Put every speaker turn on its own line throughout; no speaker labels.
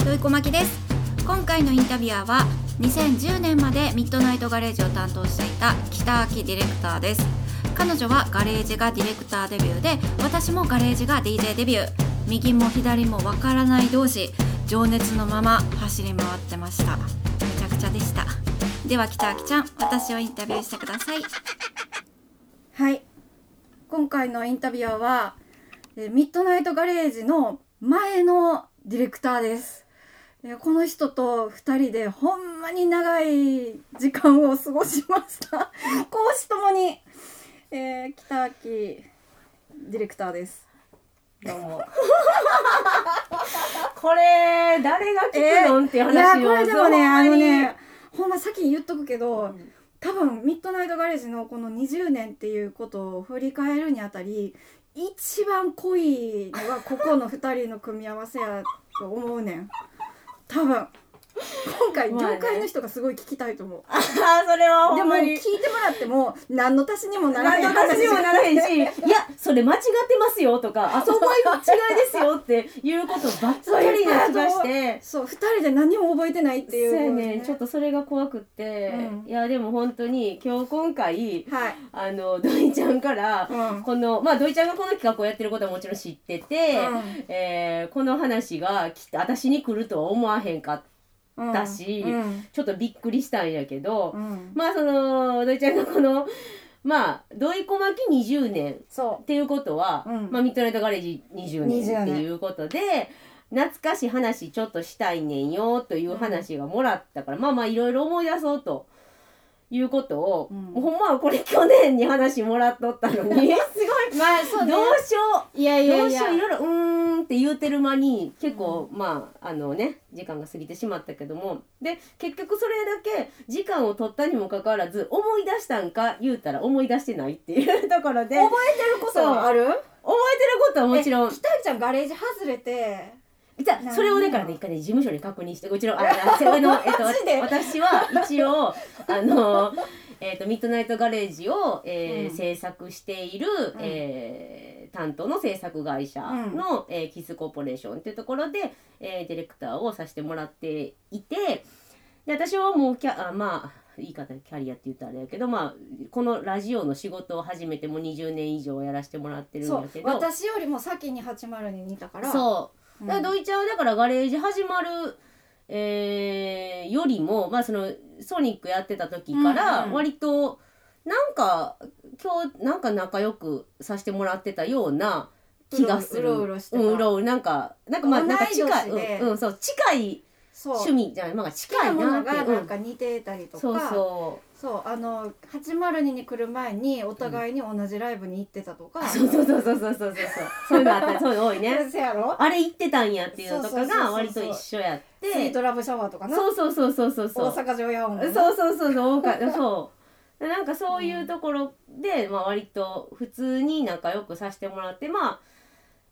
ちょいこまきです今回のインタビュアーは2010年までミッドナイトガレージを担当していた北秋ディレクターです彼女はガレージがディレクターデビューで私もガレージが DJ デビュー右も左もわからない同士情熱のまま走り回ってましためちゃくちゃでしたでは北秋ちゃん私をインタビューしてくださいはい今回のインタビュアーはえーミッドナイトガレージの前のディレクターですえーこの人と2人でほんまに長い時間を過ごしました講師ともに、えー北秋ディレクターですどうも
これ誰が聞くのんっていう
いや
話を
これでもねあのね
そ
ほんま先に言っとくけど、
んなに
多分ミッドナイトガレージのこの20年っていうことを振り返るにあたり一番濃いのがここの2人の組み合わせやと思うねん多分今回
まあね
業界の人がすごい聞きたいと思う、
あーそれはほ
で
ん
も
ま
聞
に
いてもらっても何の足しにもならへ
何
ん
の話にもならへんし
話
いやそれ間違ってますよとかあそこは違いですよっていうことばっかりな気がし て
そう2人で何も覚えてないって
そう
いう
やねちょっとそれが怖くって、
うん
いやでも本当に今日今回
はい、
あの土井ちゃんから
うん
このまあ土井ちゃんがこの企画をやってることはもちろん知ってて、
うん
えーこの話がきっと私に来るとは思わへんかった
うん
だし
うん
ちょっとびっくりしたんやけど、
うん
まあその土井ちゃんのこのまあ土井小牧20年
そ
っていうことは、
うん
まあ、ミッドナイトガレージ
20
20年って
年
いうことで懐かしい話ちょっとしたいねんよという話がもらったから、まあまあいろいろ思い出そうと。いうことを、
うん
ほんまはこれ去年に話もらっ とったのにす
うまあそ
ごい、どうしよ
いや
う
い
ど
や
う
い
し
や
よういろいろうーんって言うてる間に結構、まああのね時間が過ぎてしまったけどもで結局それだけ時間を取ったにもかかわらず思い出したんか言うたら思い出してないっていう ところで
覚えてることはある
覚えてることはもちろん
え北口ちゃんガレージ外れて
じゃ
なんや
あそれをだからね一回ね事務所に確認してうちのああ上の、えっと
マジで、
私は一応あの、えっと、ミッドナイトガレージを、えー
うん
制作している、
ん
えー担当の制作会社の、えーキスコーポレーションっていうところで、えーディレクターをさせてもらっていてで私はもうキャあまあ言い方キャリアって言ったらあれやけど、まあ、このラジオの仕事を始めてもう20年以上やらせてもらってるん
そ
だ
う
けど。
私よりも先に80に似たから
そう
うん、
だからドイツはだからガレージ始まる、えーよりも、まあ、そのソニックやってた時か
うん
ら
うん
割となんか今日なんか仲良くさせてもらってたような気がする。
うろうろしてた
うんうろうろなんかなんかまあ
同い
なんか
年で
近い、うんうんそう近い
そう
趣味じゃないまあ
好き
近
ないも
な
の
ってい
が
う、う
なん
ん
か似てたりとか、
そうそう。
そうあの802に来る前にお互いに同じライブに行ってたとか、
そうそうそうそうそうそうそうそういうの あったりそういうの多いね
先生やろ
あれ行ってたんやっていうと
そうそう
か
そうそうそ
が
う
割と一緒やっ
スイー
て
トラブシャワーとかな
そうそうそうそうそうそう
大阪城やおん
そうそうそうそう多か ったそうなんかそういうところで、まあ、割と普通に仲良くさせてもらってまあ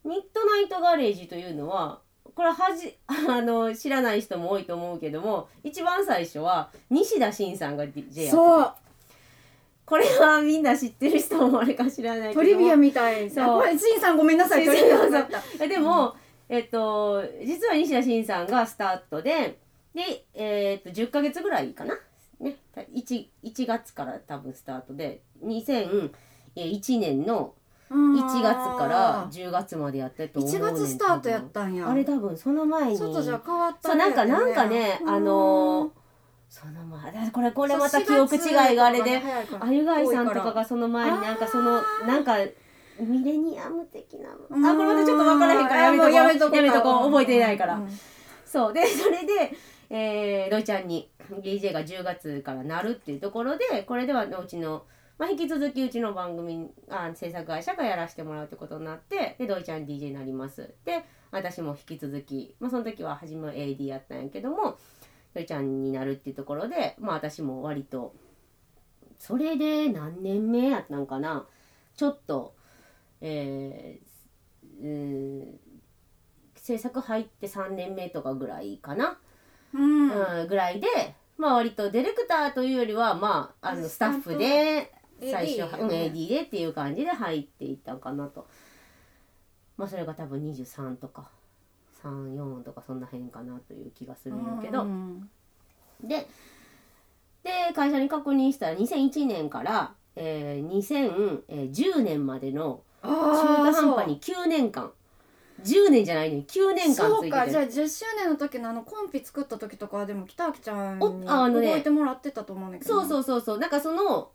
ミッドナイトガレージというのはこれはじ あの知らない人も多いと思うけども一番最初は西田真さんが DJ やった
そう
これはみんな知ってる人もあれか知らないけど
ト
も
リビアみたい
そう
これしんさんごめんなさい
し
ト
ん
リビア
さん
だった
えでも、えっと実は西田真さんがスタートでで、えっと10ヶ月ぐらいかな、ね、1, 1月から多分スタートで2001年の1
1
月から10月までやってと思うね
1
ん
月スタートやったんや
あれ多分その前に
ちょっとじゃあ変わった
そう
ね
なんかなんかねあのー
うん
その前だこれこれまた記憶違いがあれであゆがいさんとかがその前になんかその
あー
なんかミレニアム的なあこ
う
れ
ん
またちょっと分からへんからやめとこう
やめとこう
やめとこう覚えていないから、
うん
そうでそれで、えー、ロイちゃんに DJ が10月からなるっていうところでこれではうちの、まあ、引き続きうちの番組あ制作会社がやらせてもらうってことになってでロイちゃん DJ になりますで私も引き続き、まあ、その時は初めは AD やったんやけどもロイちゃんになるっていうところで、まあ、私も割とそれで何年目やったんかなちょっとえー、うーん制作入って3年目とかぐらいかな、
うん
うん、ぐらいで、まあ、割とディレクターというよりは、まあ、あのスタッフで
スタッフ
最
AD
初はうん AD でっていう感じで入っていったんかなと、まあ、それが多分23とか34音とかそんな辺かなという気がするんやけ
け
ど、
ど、
でで会社に確認したら2001年から、えー2010年までの
中
中途半端に9年間10年じゃないのに9年間つ
そう
い
か
て
じゃ
て
あ10周年の時のあのコンピ作った時とかはでも北脇ちゃん
お
に
ああのね
動いてもらってたと思うんだけど
そうそうそうそうなんかその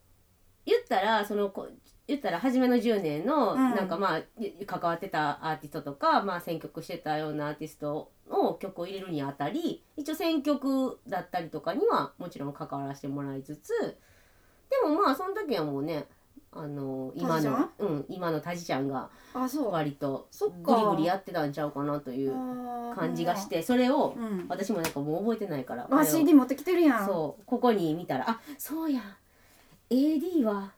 言ったらそのこ言ったら初めの10年の、
うん
なんかまあい関わってたアーティストとか、まあ、選曲してたようなアーティストの曲を入れるにあたり一応選曲だったりとかにはもちろん関わらせてもらいつつでもまあその時はもうねあの今
タジちゃ
の
ん、
うん、今のタジちゃんが
あそう
割と
そっ
グ
か
リグリやってたんちゃうかなという感じがしててそれを
うん
私もなんかもう覚えてないから。
あ
あれを
CD 持ってきてるやん
そうここに見たらあそうや AD は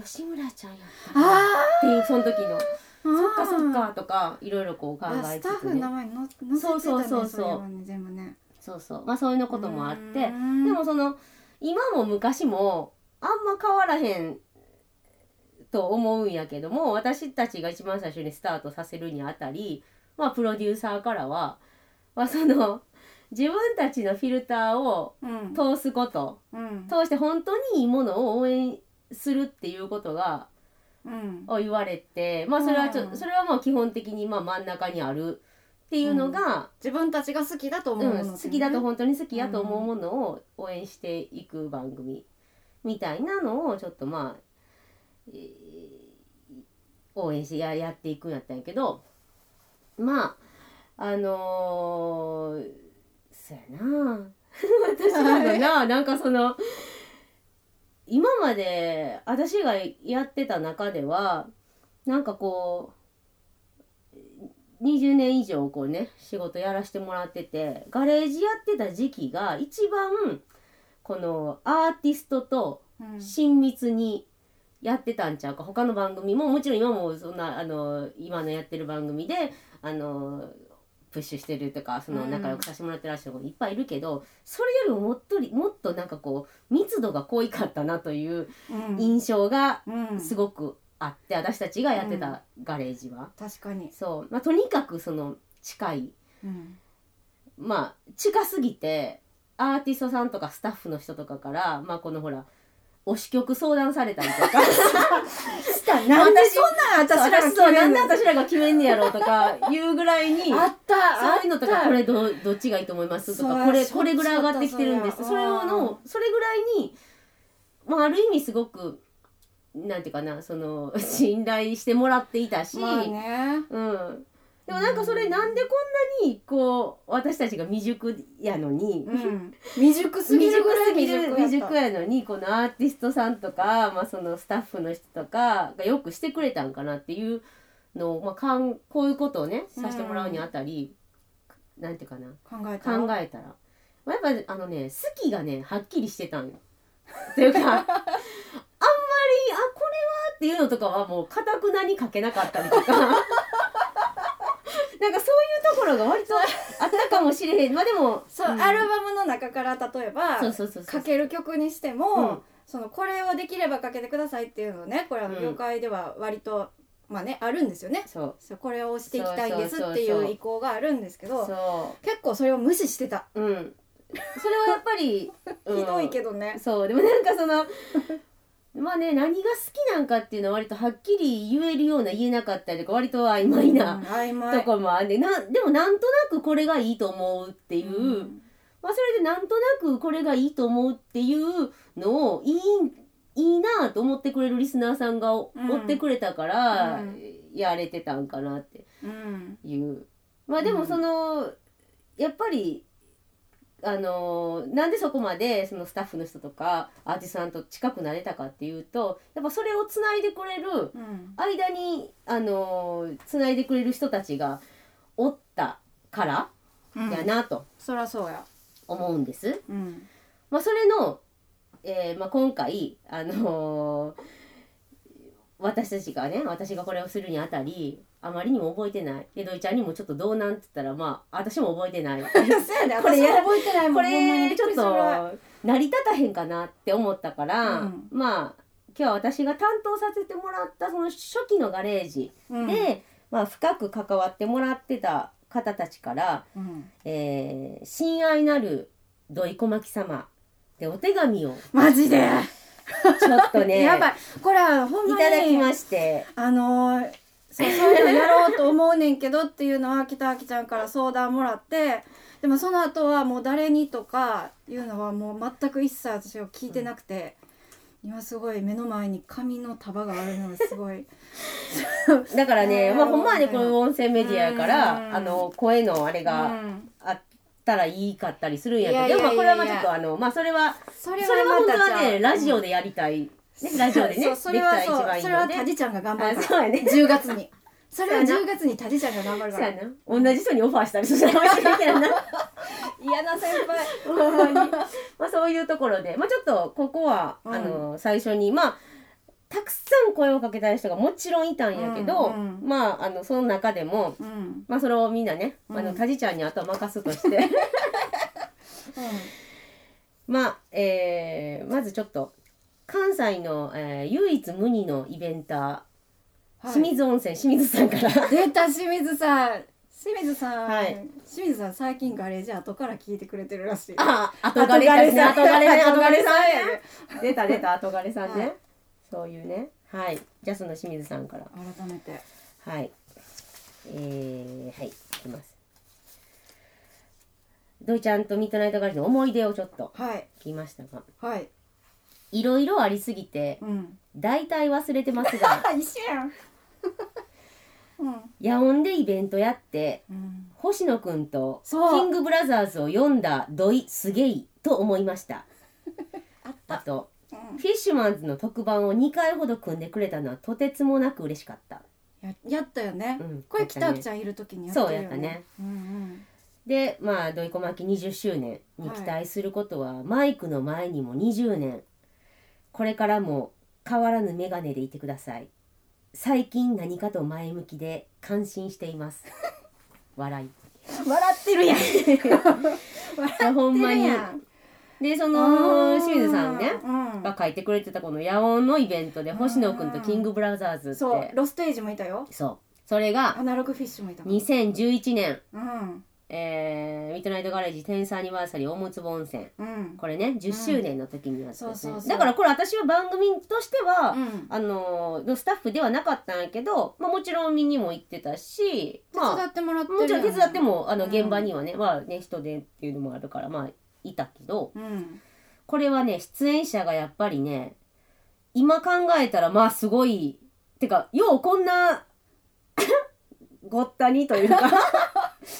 吉村ちゃんやったなっ
あ
ていうその時
ー
のそっかそっ
あ
かとかいろいろこう考
ー
え
スタッ
つ
フの名
つね
前に載載せてた
そう
ね
そうそうそ
い
う
えばね全部ね
そうそうまあそういうのこともあ
う
って
ー
で
ん
もその今も昔もあんま変わらへんと思うんやけども私たちが一番最初にスタートさせるにあたりまあプロデューサーからは、まあ、その自分たちのフィルターを
うん
通すこと
うん
通して本当にいいものを応援するっていうことが
うん
を言われてまあそれはちょっ
うん
とそれはもう基本的にまあ真ん中にあるっていうのが、
自分たちが好きだと
うん
思うのってね
好きだと本当に好きやと思うものを応援していく番組みたいなのをちょっとまあ、えー応援してややっていくんやったんやけどまああのー、そやな 私なんかななんかその今まで私がやってた中ではなんかこう20年以上こうね仕事やらしてもらっててガレージやってた時期が一番このアーティストと
うん
親密にやってたんちゃうか他の番組ももちろん今もそんなあの今のやってる番組であのプッシュしてるとかその
うん
仲良くさせてもらってらっしゃる子いっぱいいるけど、それよりももっとりもっとなんかこう密度が濃いかったなという
うん
印象が
うん
すごくあって、私たちがやってたガレージは。
確かに
そうまあ、とにかくその近い
うん
まあ近すぎてアーティストさんとかスタッフの人とかからまあこのほら推し曲相談されたりとか
したなんでそんなん私らが
そ
決め
うそうなん
ん
で
の
私らが決めんねやろう とかいうぐらいに
あった
そういうのと
あっ
か
た
これどどっちがいいと思いますと
そう
かこれ
しょっちゅう
これぐらい上がってきてるんです
だった
それを
うん
のそれぐらいに、まあ、ある意味すごくなんていうかなその信頼してもらっていたし、
まあね
うん、でもなんかそれなんでこんなにこう私たちが未熟やのに、
うん未熟すぎるぐらい
未熟
やった
未熟やのにこのアーティストさんとか、まあ、そのスタッフの人とかがよくしてくれたんかなっていうのを、まあ、かんこういうことをねさせてもらうにあたり、なんていうかな
考えた
考えたら、まあ、やっぱあのね好きがねはっきりしてたんよ。って いうかあんまりあこれはっていうのとかはもうかたくなに書けなかったりとかなんかそういうところが割とあったかもしれへんまあでも
そう、
ん
アルバムの中から例えば
そうそうそうそう
かける曲にしても、
うん
そのこれをできればかけてくださいっていうのをねこれあの
うん
業界では割と、まあねあるんですよね
そう
そうこれをしていきたいんですって
そうそうそう
い
そうう
意向があるんですけど
そ
結構それを無視してた、
ううんそれはやっぱり、うん
ひどいけどね
そうでもなんかその まあね何が好きなんかっていうのは割とはっきり言えるような言えなかったりとか割と曖昧
うん
な
曖昧
とこもあって、なでもなんとなくこれがいいと思うっていう、
うん
まあそれでなんとなくこれがいいと思うっていうのをいいいいなと思ってくれるリスナーさんがお
うん
追ってくれたから、
うん
やれてたんかなって
うん
いうまあで
う
も
ん
その、やっぱりあのーなんでそこまでそのスタッフの人とかアーティストさんと近くなれたかっていうとやっぱそれをつないでくれる
うん
間にあのーつないでくれる人たちがおったから
うん
やなと
そらそうや
思うんです。
うん
まあ、それの、えーまあ、今回、あのー私たちがね私がこれをするにあたりあまりにも覚えてないで土井ちゃんにもちょっとどうなんって言ったらまあ私も覚えてない こ
そうやね
これや
私覚えてないもんほんまにび
れ
く
ちょ
り
っ
するぐらい
と成り立たへんかなって思ったから、
うん
まあ今日は私が担当させてもらったその初期のガレージ
うん
で、まあ、深く関わってもらってた方たちから
うん
「えー親愛なる土井小牧様」でお手紙を
マジで、
ちょっと ね
やばいこれはほん
い
まに
ただきまして
あのーそうそういうのやろうと思うねんけどっていうのは北脇ちゃんから相談もらってでもその後はもう誰にとかいうのはもう全く一切私は聞いてなくて、今すごい目の前に紙の束があるのがす ごい
だからね、
うん
まあ、ほんまはねこういう音声メディアやから、
うん
あの声のあれ
う
が
ん
あったらいいかったりするんやけど、
いやいやいや
でもまあこれはまあちょっとあのまあそれは
そ
そ
れ
れ
は
は本
ま
当
た
はねラジオ
で、
でやりたい、ね、ラジオでね
そうそれは
でき
そう
たら一
それは
番
タ
いいので
ジちゃんが頑張る
あ
か
そうやね
ら10月にそれは
そうや
10月にタジちゃんが頑張る
そ
か
うや
ら
な同じ人にオファーしたりしたかもしれんけどな
嫌な先輩
ほんまにまあそういうところでまあちょっとここは、
うん
あの最初にまあたくさん声をかけたい人がもちろんいたんやけど、
うんう
まああのその中でも
うん、うん、
まあそれをみんなね、あ
う
の
ん
タジちゃんにあとは任すとしてまあ、えーまずちょっと関西の、えー唯一無二のイベンター、
はい
清水温泉清水さんから
出た清水さん清水さん、
はい
清水さん最近ガレージ後から聞いてくれてるらしい
あ、後がれさん、後がれさん、後がれさん
やね
ね。出た出た、後がれさん
はい
ね。そういうね。はい、ジャスの清水さんから。
改めて
はい。えー、はい、いきます。ドイちゃんとミッドナイトガレージの思い出をちょっと
はい
聞きましたが、
はい
いろいろありすぎて、
うん
大体忘れてます が、
あ一緒やんうん
夜音でイベントやって、
うん
星野くんとキ
そう
ングブラザーズを読んだ土井すげいと思いました。
あった
あと、
うん
フィッシュマンズの特番を2回ほど組んでくれたのはとてつもなく嬉しかった。
ややったよね、
うん
これ北脇ち
ゃん。
ゃんいる時にやった
そ
よね
うやったね。
うん
で、まあ、ドイコマキ20周年に期待することは、マイクの前にも20年。これからも変わらぬメガネでいてください。最近何かと前向きで感心してい ます。笑い。
うん、笑ってるやん笑
いやほん
っ
ま
てる
に。
やん
で、そ
あ
の
ー
清水さんね。
うん
が書いてくれてたこの野音のイベントで星野くんとキングブラザーズって
そうロステージもいたよ
そうそれが
アナログフィッシュもいたもん
2011年、
うん
えーミッドナイトガレージ天才アニバーサリー大むつぼ温泉
うん
これね10周年の時にやったやつ
そう
ね
そうそう
だからこれ私は番組としては、
うん
あのーのスタッフではなかったんやけど、まあ、もちろん見にも行ってたし、
手
ま
伝
あ、
ってもらってる
もちろん手伝ってもあの
うん
現場にはね,、まあ、ね人でっていうのもあるからまあいたけど
うん
これはね出演者がやっぱりね今考えたらまあすごいてかようこんなごったにとい うか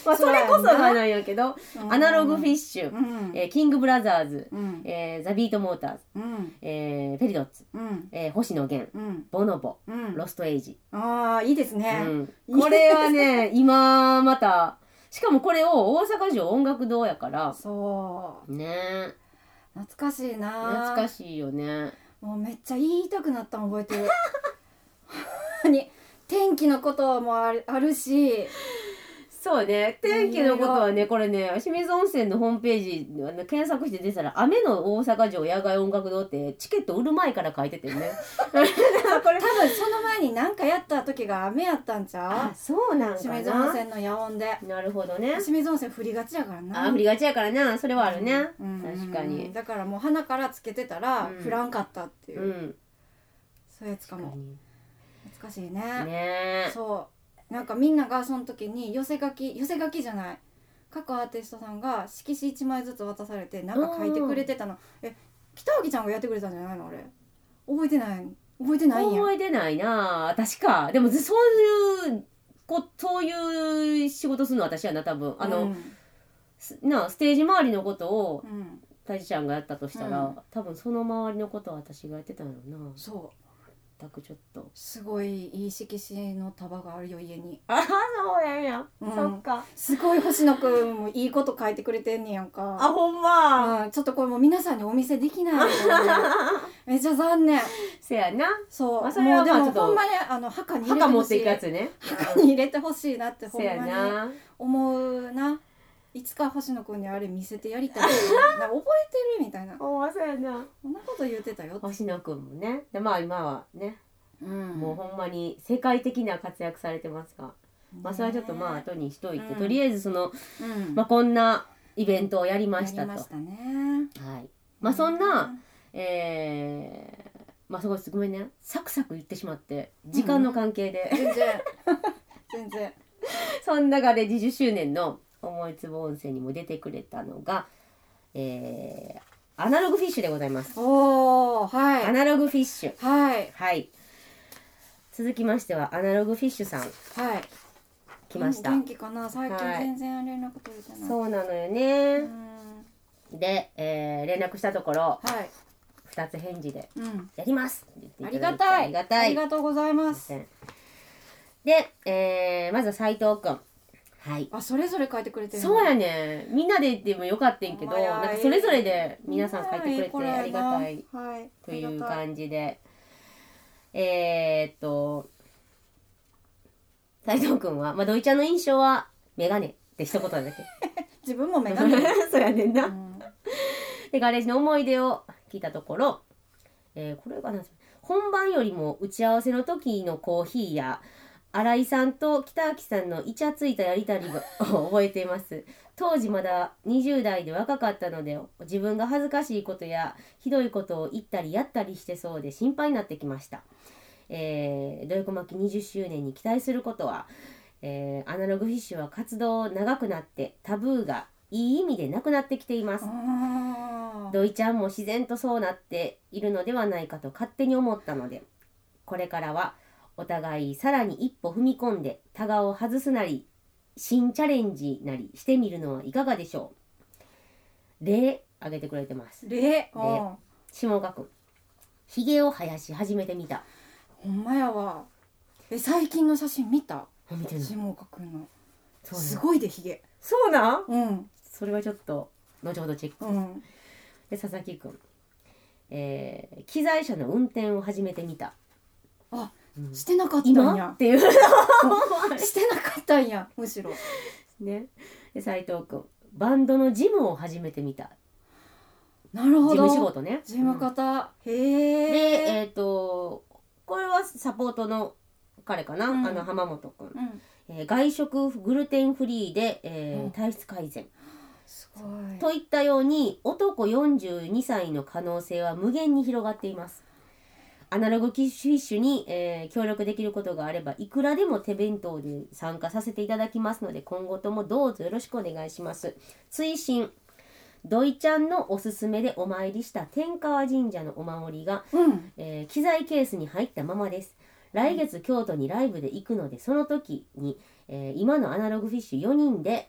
まあそれこそがなんやけどアナログフィッシュ、
うん
えーキングブラザーズ、
うん
えーザ・ビート・モーターズ、
うん
えーペリドッツ、
うん
えー星野源
うん
ボノボ
うん
ロストエイジ、
ああいいですね
うんこれ はね今またしかもこれを大阪城音楽堂やから
そう
ねえ
懐かしいな
懐か
い
しいよね
もうめっちゃ言いたくなったの覚えてるほんま に天気のこともあるあるし
そうね天気のことはねこれね清水温泉のホームページあの検索して出てたら「雨の大阪城野外音楽堂」ってチケット売る前から書いてて ねこ
多
れ
分その前に何かやった時が雨やったんちゃ
あ
う
そうなん
清
か
水温
な
泉の夜音で
なるほどね
清水温泉降りがちやからな
あ振りがちやからなそれはあるね
うん
確かに
だからもう鼻からつけてたら
うん
降らんかったっていう、
うん
そういうやつかも懐かしいね
ねえ
そうなんかみんながその時に寄せ書き寄せ書きじゃない各アーティストさんが色紙1枚ずつ渡されてなんか書いてくれてたのえ北脇ちゃんがやってくれたんじゃないのあれ覚えてない覚えてないんや
覚えてないな確かでもずそういうこそういう仕事するの私やな多分あの、
うん
すなあステージ周りのことを
うん
タジちゃんがやったとしたら、
うん
多分その周りのことは私がやってたんやろな
そう
全くちょっと
すごいいい色紙の束があるよ家に
ああそうやんや、
うん
か
すごい星野くんもいいこと書いてくれてんねやんか
あほんま、
うん、ちょっとこれもう皆さんにお見せでき ない、ね、めっちゃ残念
せやな
そう、
まあそれはまあ
もう
ち
で
ょっ
も
と
ほんまにあの墓に入れて
墓持
ほ
っ
しい
ていくやつね
墓に入れてほしいなって ほ
せ
ん
や
まに
な
思うないつか星野くんにあれ見せてやりたい ななんか覚えてるみたいな
ほんまそうやな
こんなこと言ってたよって、
星野くんもねでまあ今はね、
うん
もうほんまに世界的な活躍されてますがまあ、それはちょっとまあ
ね
後にしといて、
うん
とりあえずその、
うん
まあ、こんなイベントをやりまし
やり
たと
ましたね
はいまあそんな、えーまあすごいごめんねサクサク言ってしまって時間の関係で、
全然 全然
そんなガレージ10周年の思いつぼ温泉にも出てくれたのが、えーアナログフィッシュでございます
おーはい
アナログフィッシュ
はい
はい続きましてはアナログフィッシュさん
はい
来ました
元気かな最近
はい
全然連絡取れてない、
そうなのよ
う
ね
ん
で、えー連絡したところ
はい
2つ返事で
うん
「やります!」って言って
あ
い
り
ただ
がたい
いてありがた
あ
い
りがとうございますす
いませんで、えーまずは斉藤くんはい
あそれぞれ書いてくれてる
そう
ね
やねみんなで言ってもよかったんけど
ほんまや
なんかそれぞれで皆さん書いてくれてありがたい
はい
という
ありがた
感じでえー、っと斉藤くんは、まあ、ドイちゃんの印象はメガネって一言だ け
自分もメガネ
そうやねん
う
なんでガレージの思い出を聞いたところ、えーこれがなんです本番よりも打ち合わせの時のコーヒーや新井さんと北秋さんのイチャついたやりたりを 覚えています当時まだ20代で若かったので自分が恥ずかしいことやひどいことを言ったりやったりしてそうで心配になってきましたえー、どよこまき20周年に期待することは、えーアナログフィッシュは活動長くなってタブーがいい意味でなくなってきています
あー
土井ちゃんも自然とそうなっているのではないかと勝手に思ったのでこれからはお互いさらに一歩踏み込んでタガを外すなり新チャレンジなりしてみるのはいかがでしょう例挙げてくれてます
礼うんほ
下岡君ひげを生やし始めてみた
んまやわえ最近の写真見た
あ見てる
下岡くんの
そう
す
なん
ごいでひげ
そうなん
うん
それはちょっと後ほどチェック
うん
で佐々木君、えー機材車の運転を始めてみた
あ、
うん
してなかったん
今
や
っていう
してなかったんやむしろ
ね、で斉藤君バンドのジムを始めてみた
なる
事
ほど
務仕事ね
事務
うん
方、
で
へえ
えっ、とこれはサポートの彼かな、
うん
あの浜本
う
君、
ん
えー外食グルテンフリーで、えー
うん
体質改善、
すごい
といったように男42歳の可能性は無限に広がっていますアナログキッシュフィッシュに、えー協力できることがあればいくらでも手弁当で参加させていただきますので今後ともどうぞよろしくお願いします追伸土井ちゃんのおすすめでお参りした天川神社のお守りが、
うん
えー機材ケースに入ったままです来月京都にライブで行くのでその時に、えー今のアナログフィッシュ4人で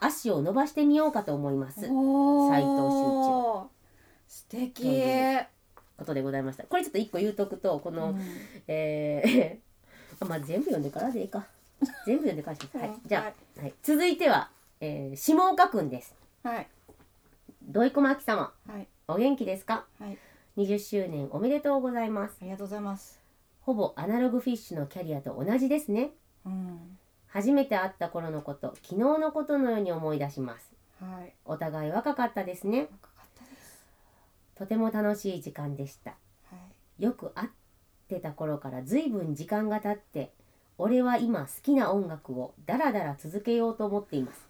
足を伸ばしてみようかと思います
お
斉藤
秀一素敵
呼んことでございましたこれちょっと一個言うとくとこの、
うん
えー まあ全部読んでからでいいか全部読んでからしますはい
うん
じゃあ、はい、続いては、えー、下岡くんです
はい
土井小牧様
はい
お元気ですか
はい
20周年おめでとうございます
ありがとうございます
ほぼアナログフィッシュのキャリアと同じですね
うん
初めて会った頃のこと昨日のことのように思い出します
はい
お互い若かったですね
若かったです
とても楽しい時間でした
はい
よく会ってた頃からずいぶん時間が経って俺は今好きな音楽をダラダラ続けようと思っています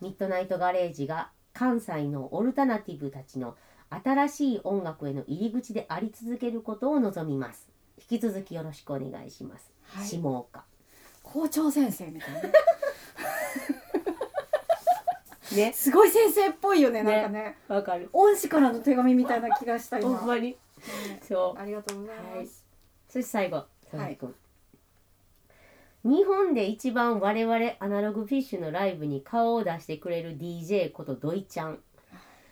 ミッドナイトガレージが関西のオルタナティブたちの新しい音楽への入り口であり続けることを望みます引き続きよろしくお願いします、
はい
下岡
校長先生みた いな
ね
すごい先生っぽいよね
ね
なんかね
わかる
恩師からの手紙みたいな気がした 今、
ほんまに
ね
そう
ありがとうございます、
そして最後、
はい
佐々木君日本で一番我々アナログフィッシュのライブに顔を出してくれる DJ ことドイちゃん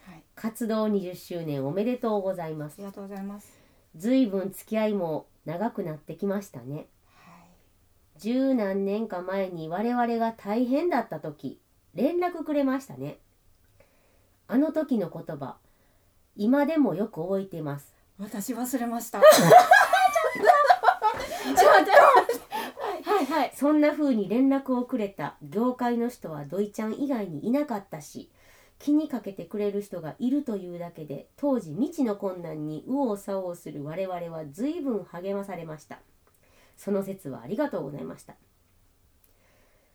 はい、
活動20周年おめでとうございま
あ
す
りがとうございます
ずいぶん付き合いも長くなってきましたね
はい
十何年か前に我々が大変だった時連絡くれましたねあの時の言葉今でもよく覚えています
私忘れま した。ちょっと待って。はいはい。
そんな風に連絡をくれた業界の人は土井ちゃん以外にいなかったし気にかけてくれる人がいるというだけで当時未知の困難に右往左往する我々は随分励まされましたその説はありがとうございました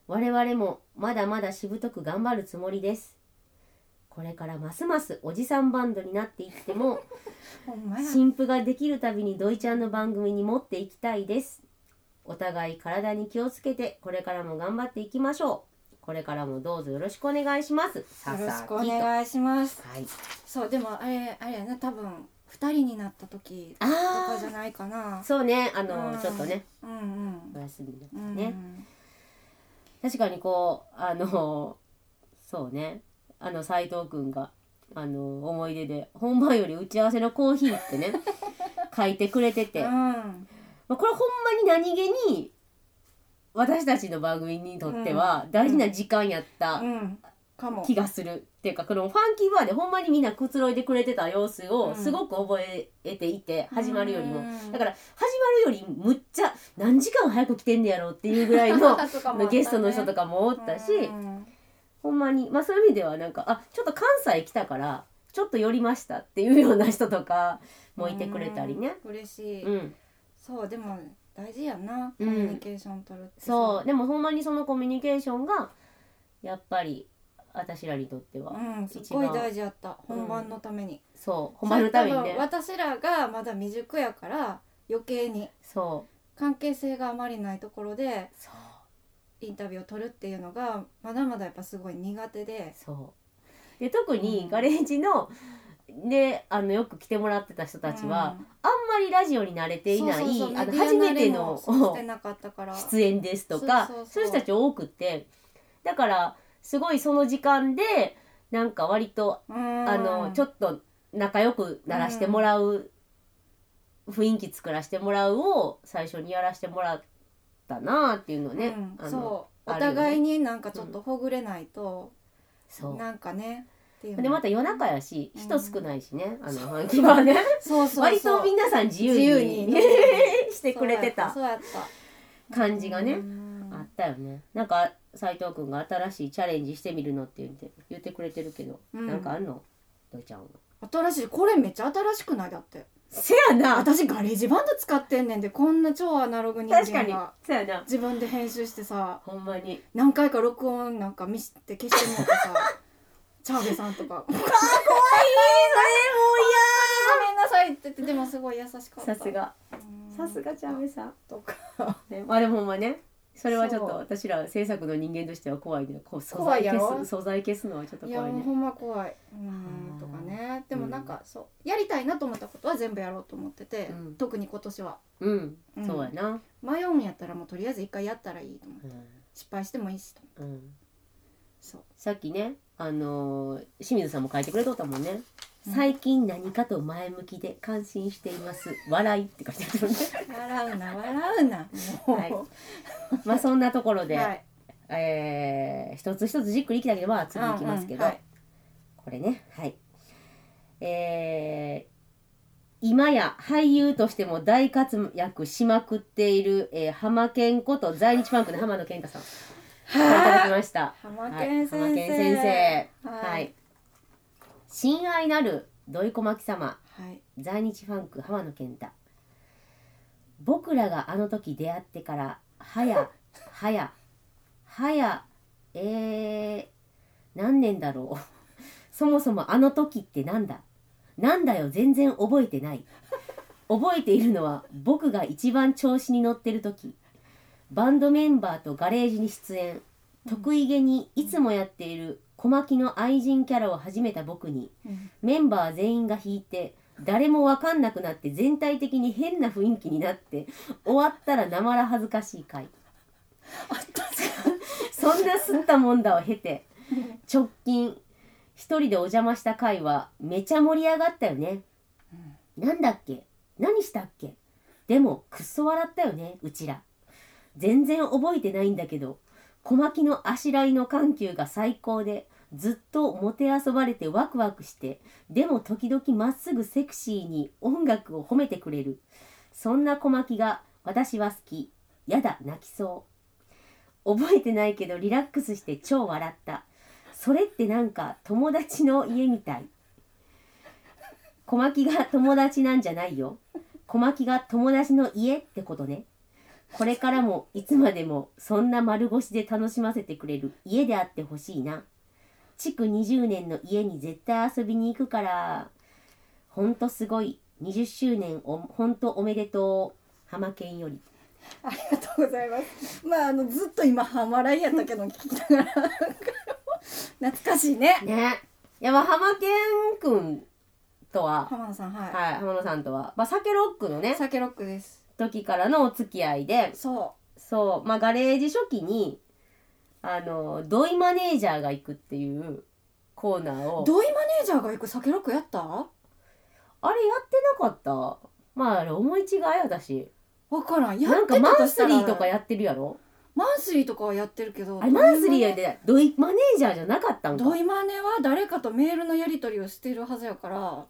我々もまだまだしぶとく頑張るつもりですこれからますますおじさんバンドになっていっても
ほんまや
新婦ができるたびに土井ちゃんの番組に持っていきたいですお互い体に気をつけてこれからも頑張っていきましょうこれからもどうぞよろしくお願いします
よろしくお
佐々木と
願いします
はい
そうでもあれあれやな多分二人になった時とかじゃ
あ
ないかな
あそうねあの、
うん
ちょっとね
うんうん
お休みになっ
う
た
ん
ね、確かにこうあのそうねあの斎藤君があの思い出で本番より打ち合わせのコーヒーっ てね書いてくれてて、
う
ま
ん
あ、これほんまに何気に私たちの番組にとっては大事な時間やった
うんかも
気がする、っていうかこのファンキーバーでほんまにみんなくつろいでくれてた様子
うん
をすごく覚えていて始まるよりも、
うん
だから始まるよりむっちゃ何時間早く来てんねやろっていうぐ らい
とか
の
もあったね
ゲストの人とかもおったし。
うん
ほんまにまあそういう意味ではなんかあちょっと関西来たからちょっと寄りましたっていうような人とかもいてくれたりね。
うん嬉しい、
うん、
そうでも大事やなコ
うん
ミュニケーション取るってさ
そうでもほんまにそのコミュニケーションがやっぱり私らにとっては、
うんすっごい大事やった本番のために、
そう本番のために
それ多分
ね
私らがまだ未熟やから余計に
そう
関係性があまりないところで
そう
インタビューを取るっていうのがまだまだやっぱすごい苦手で
そうで特
う
に
ん
ガレージのであのよく来てもらってた人たちは、あんまりラジオに慣れていな
そ
い
うそうそうメ
あの
ディア
初めて
慣れも
の
してなかった から
出演ですとか
そ
そうう
そうそう
いう人たち多くってだからすごいその時間でなんか割と、あ
あ
のちょ
っ
っと仲良くならしてもらう、雰囲気作らしてもらうを最初にやらしてもらったなあっていうのね、あの
そうお
あるよね
互いになんかちょっとほぐれないと、
そう
なんかねっていうの
でまた夜中やし
うん
人少ないしね、あのファンキーバーね
そうそうそう
割と皆さん自
自由
由に
に
してくれてた
そうやったそうやった
感じがね
うん
あったよねなんか斉藤君が新しいチャレンジしてみるのって言って言ってくれてるけど、
うん
なんかあんのどいちゃんは
新しいこれめっちゃ新しくないだって
せやな
私ガレージバンド使ってんねんでこんな超アナログ人
確か
間
に
が
せやな
自分で編集してさ
ほんまに
何回か録音なんか見して消してもらってさチャーベさん とか「ごめんなさい」って言ってでもすごい優しかった
さすが
うん
さすがちゃめさん、
とか
ね、まあでもほんまねそれはちょっと
そう
私ら制作の人間としては怖いねこう素
怖い
材
やろ
消す素材消すのはちょっと
いや
怖い
もう
ね
ほんま怖いうーんとかねでもなんかそうやりたいなと思ったことは全部やろうと思ってて、
うん
特に今年は
うん、
うん
そうやな
迷うんやったらもうとりあえず一回やったらいいと思う
うん、
失敗してもいいしと思う
うん、
そう
さっきねあのー清水さんも書いてくれとったもんね
うん
最近何かと前向きで感心しています笑いって書いてあるね
笑うな笑うなもう
はいまあそんなところで、
はい
えー一つ一つじっくりいきたければ次いきますけど、
うんうんはい
これねはいえー今や俳優としても大活躍しまくっている、えー、浜健こと在日パンクの浜野健太さんからいただきました
浜
はい
健先生、
浜健先生
は
はいい、親愛なる土井小牧様
はい
在日ファンク浜野健太僕らがあの時出会ってからはやはやはやえー、何年だろうそもそもあの時ってなんだなんだよ全然覚えてない覚えているのは僕が一番調子に乗ってる時バンドメンバーとガレージに出演得意げにいつもやっている小牧の愛人キャラを始めた僕に
うん
メンバー全員が弾いて誰もわかんなくなって全体的に変な雰囲気になって終わったらなまら恥ずかしい回そんなすったもんだを経て直近一人でお邪魔した回はめちゃ盛り上がったよね、なんだっけ何したっけでもくっそ笑ったよねうちら全然覚えてないんだけど小牧のあしらいの緩急が最高でずっともてあそばれてワクワクしてでも時々まっすぐセクシーに音楽を褒めてくれるそんな小牧が私は好きやだ泣きそう覚えてないけどリラックスして超笑ったそれってなんか友達の家みたい小牧が友達なんじゃないよ小牧が友達の家ってことねこれからもいつまでもそんな丸腰で楽しませてくれる家であってほしいな築20年の家に絶対遊びに行くからほんとすごい20周年おほんとおめでとう浜県より
ありがとうございます。まああのずっと今半笑いやったけど聞きながら懐かしいね。
ねいやまあ浜県くんとは、
浜野さんはい。
はい、浜野さんとは、まあ、酒ロックのね
酒ロックです。
時からのお付き合いで
そ
そうまあガレージ初期にあの土井マネージャーが行くっていうコーナー
う。
を
土井マネージャーが行く酒ロックやった？わ
あれやってなかったまああれ思い違い私
からん。や
な
っ
ん
て
か
た
マ
と
ン
した
ス
ら
リーとかやってるやろ
マンスリーとかはやってるけど。
あれマンスリ
土井
ー
マネ
やで土井マネージャーじゃなかったん
土
か
井マネは誰かとメールのやり取りをしてるはずやから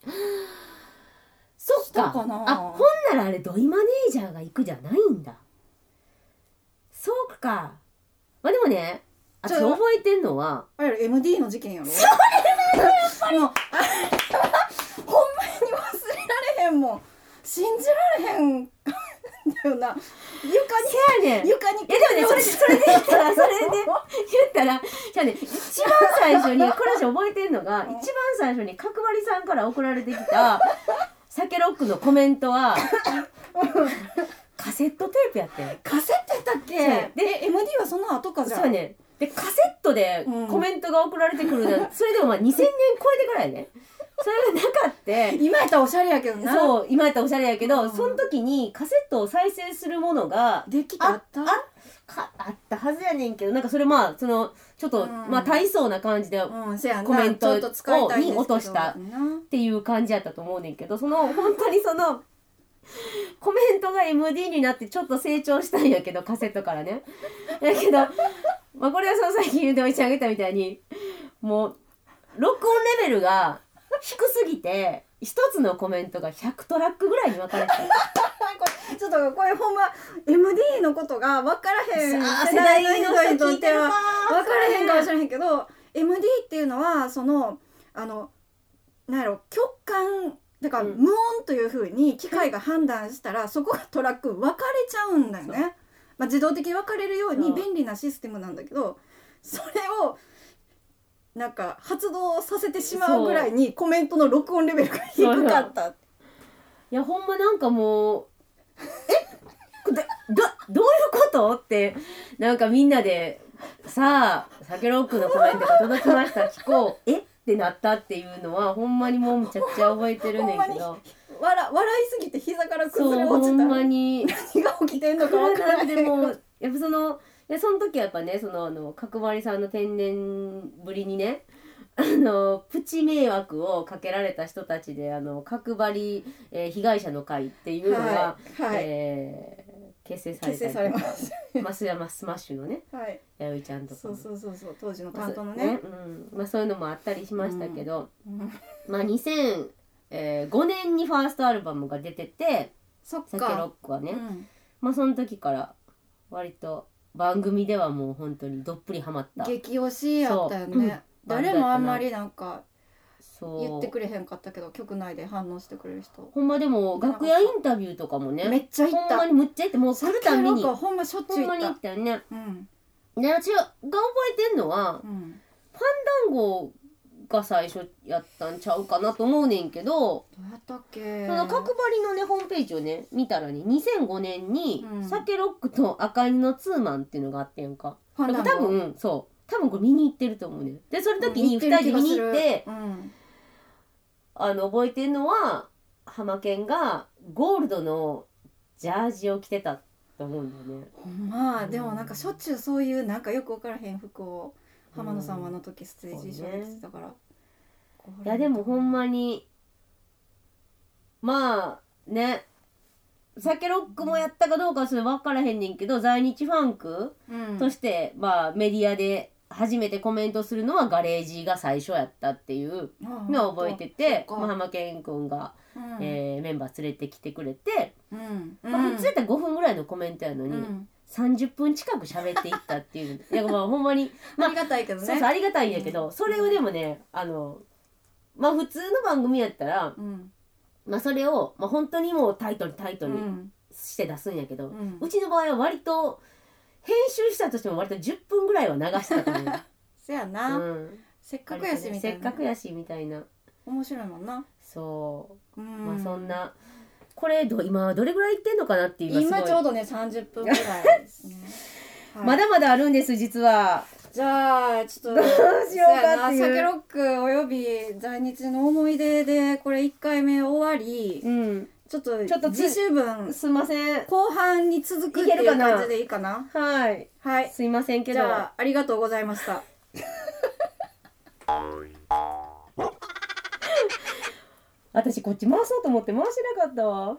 そっ
した
か
かな
あほんならあれ土井マネージャーが行くじゃないんだそうかまあでもね私
ちょ
覚えてんのは
あれやろ MD の事件やろそれやっぱりもうあれは ほんまに忘れられへんもん信じられへんだよな床
せやねん
に床に
いやで もね、それ、それで言ったら、 それで言ったら、じゃあね、一番最初に、これ私覚えてんのが、一番最初に角張りさんから送られてきた、酒ロックのコメントは、カセットテープやってん。
カセットやったっけ
そうや
で MD はその後かじゃ
そ
ん
うやね。で、カセットで
うん
コメントが送られてくる なんてそれでもまあ2000年超えてからいやね。それがなか って、
今やったらおしゃれやけどな
そう、今やったらおしゃれやけ
うん
ど、その時にカセットを再生するものが、
できたった
あかあったはずやねんけどなんかそれまあそのちょっと、
うん
まあ大層な感じでっ
うんせやな
コメント
ちょっと使いたいんですけど
をに落とした
な
ていう感じやったと思うねんけどその本当にそのコメントが MD になってちょっと成長したんやけどカセットからね。だけどまあこれはそのさっき言うておいち上げたみたいにもう録音レベルが低すぎて一つのコメントが100トラックぐらいに分かれてた。
これちょっとこれほんま MD のことが分からへん
あー
世代の人にと
聞
っ
いて
て
る
は
なー
分からへんかもしれへんけど MD っていうのはそのあのなんやろ曲感だから
うん
無音というふうに機械が判断したら、そこがトラック分かれちゃうんだよね。まあ、自動的に分かれるよう
そ
に
う
便利なシステムなんだけどそれをなんか発動させてしまうぐらいにコメントの録音レベルが低かった。
いやほんまなんかもうえだだどういうことってなんかみんなでさあ酒ロックのコメントが届きました聞こうえってなったっていうのはほんまにもうむちゃくちゃ覚えてるねんけど
笑笑いすぎて膝から
そ
崩れ
う
落
ほ
ち
ん
た
まに
何が起きてんのか分からな
ないんでもうやっぱそのいやその時はやっぱねそのあの角張りさんの天然ぶりにねあのプチ迷惑をかけられた人たちであの角張り、えー被害者の会っていうのが、
はい、はい
えー結成され
結
た
成
り
されまし
増山スマッシュのね
たはい
弥生ちゃんとか
そうそうそうそう当時の
まあ
担当の
そう
ね
うんまあ、そういうのもあったりしましたけど、
うん
まあ、2005年にファーストアルバムが出てて
そっ
「酒ロ
か
ック」はね、
うん
まあ、その時から割と番組ではもう本当にどっぷりハマった
激推しやったよ
そうう
ね
ん
誰もあんまりなんか
そう
言ってくれへんかったけど局内で反応してくれる人
ほんまでも楽屋インタビューとかも
め
ね
っちゃ行
ほ
っ
ん
た
まにむっちゃ行ってもう来るたんびに
酒ロック
ほ
はほんましょっちゅうん行
ま
っ
に行
た
ったよね。
うん
で私が覚えてんのは
うん
単語が最初やったんちゃうかなと思うねんけど、
どうやったっけ
その角張りのねホームページをね見たらね2005年に
うん
「酒ロックと赤鬼のツーマン」っていうのがあってんか、
ファン
だ
ダ
か
ン
ら多
ゴ
分そう多分これ見に行ってると思うねんでその時に
うん
2人で見に行
る
っ
気が
て、
するうん
あの覚えてんのは浜県がゴールドのジャージを着てたと思うんだよね
ほんまでもなんかしょっちゅうそういうなんかよく分からへん服を浜野さんはあの時ステージ衣装に着てたから、
いやでもほん
に
まにまあね酒ロックもやったかどうかはそれ分からへんねんけど在日ファンクとして、まあメディアで初めてコメントするのはガレージが最初やったっていうのを覚えてて、
そっ
ま
か
あ、浜健君が、
うん
えーメンバー連れてきてくれて、
うん
まあ、普通やったら5分ぐらいのコメントやの
う
に、
ん
30分近く喋っていったっ ていういやまあほんまに、ま
あ
あ
りがたいけどね
そうそうありがたいんやけど、
うん
それをでもねあのまあ普通の番組やったら、
うん
まあ、それを、まあ、本当にもうタイトルタイト
う
ル、
ん
して出すんやけ
う
ど、
ん
うちの場合は割と編集したとしても割と10分ぐらいは流したと思う、
せや
う
な、
ん、
せっかくやしみたい
せっ
な
かくやしみたいな
面白いもんな、
そうう、
ん
まあそんなこれど今どれぐらいいってんのかなっていう
今ちょうどね30分ぐらいです ね、はい
まだまだあるんです実は
じゃあちょっとど
うしようかっていう
酒ロックおよび在日の思い出でこれ1回目終わり
うん
ちょっと
ちょっとつ
次週分
すいません
後半に続くって
いけ
い
るか
う
な
感じでいいかな
はい
はい
すいませんけ
じ
ど
ゃあありがとうございました
私こっち回そうと思って回してなかったわ